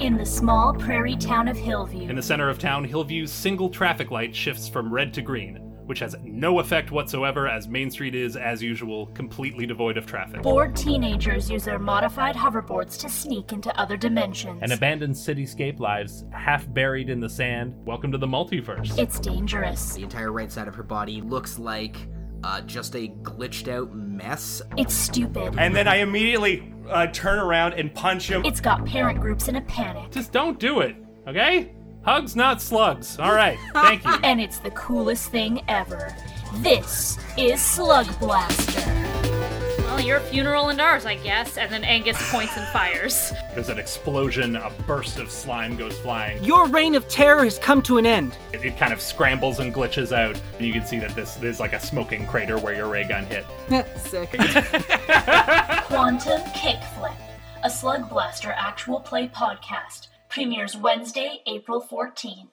in the small prairie town of Hillview. In the center of town, Hillview's single traffic light shifts from red to green, which has no effect whatsoever as Main Street is, as usual, completely devoid of traffic. Bored teenagers use their modified hoverboards to sneak into other dimensions. An abandoned cityscape lies half buried in the sand. Welcome to the multiverse. it's dangerous. The entire right side of her body looks like uh, just a glitched out mess. It's stupid. And then I immediately uh, turn around and punch him. It's got parent groups in a panic. Just don't do it, okay? Hugs, not slugs. All right, thank you. And it's the coolest thing ever. This is Slug Blaster. Well, your funeral and ours, I guess. And then Angus points and fires. There's an explosion, a burst of slime goes flying. Your reign of terror has come to an end. It, it kind of scrambles and glitches out, and you can see that this there's like a smoking crater where your ray gun hit. Sick. Quantum Kickflip, a Slug Blaster actual play podcast, premieres Wednesday, April 14th.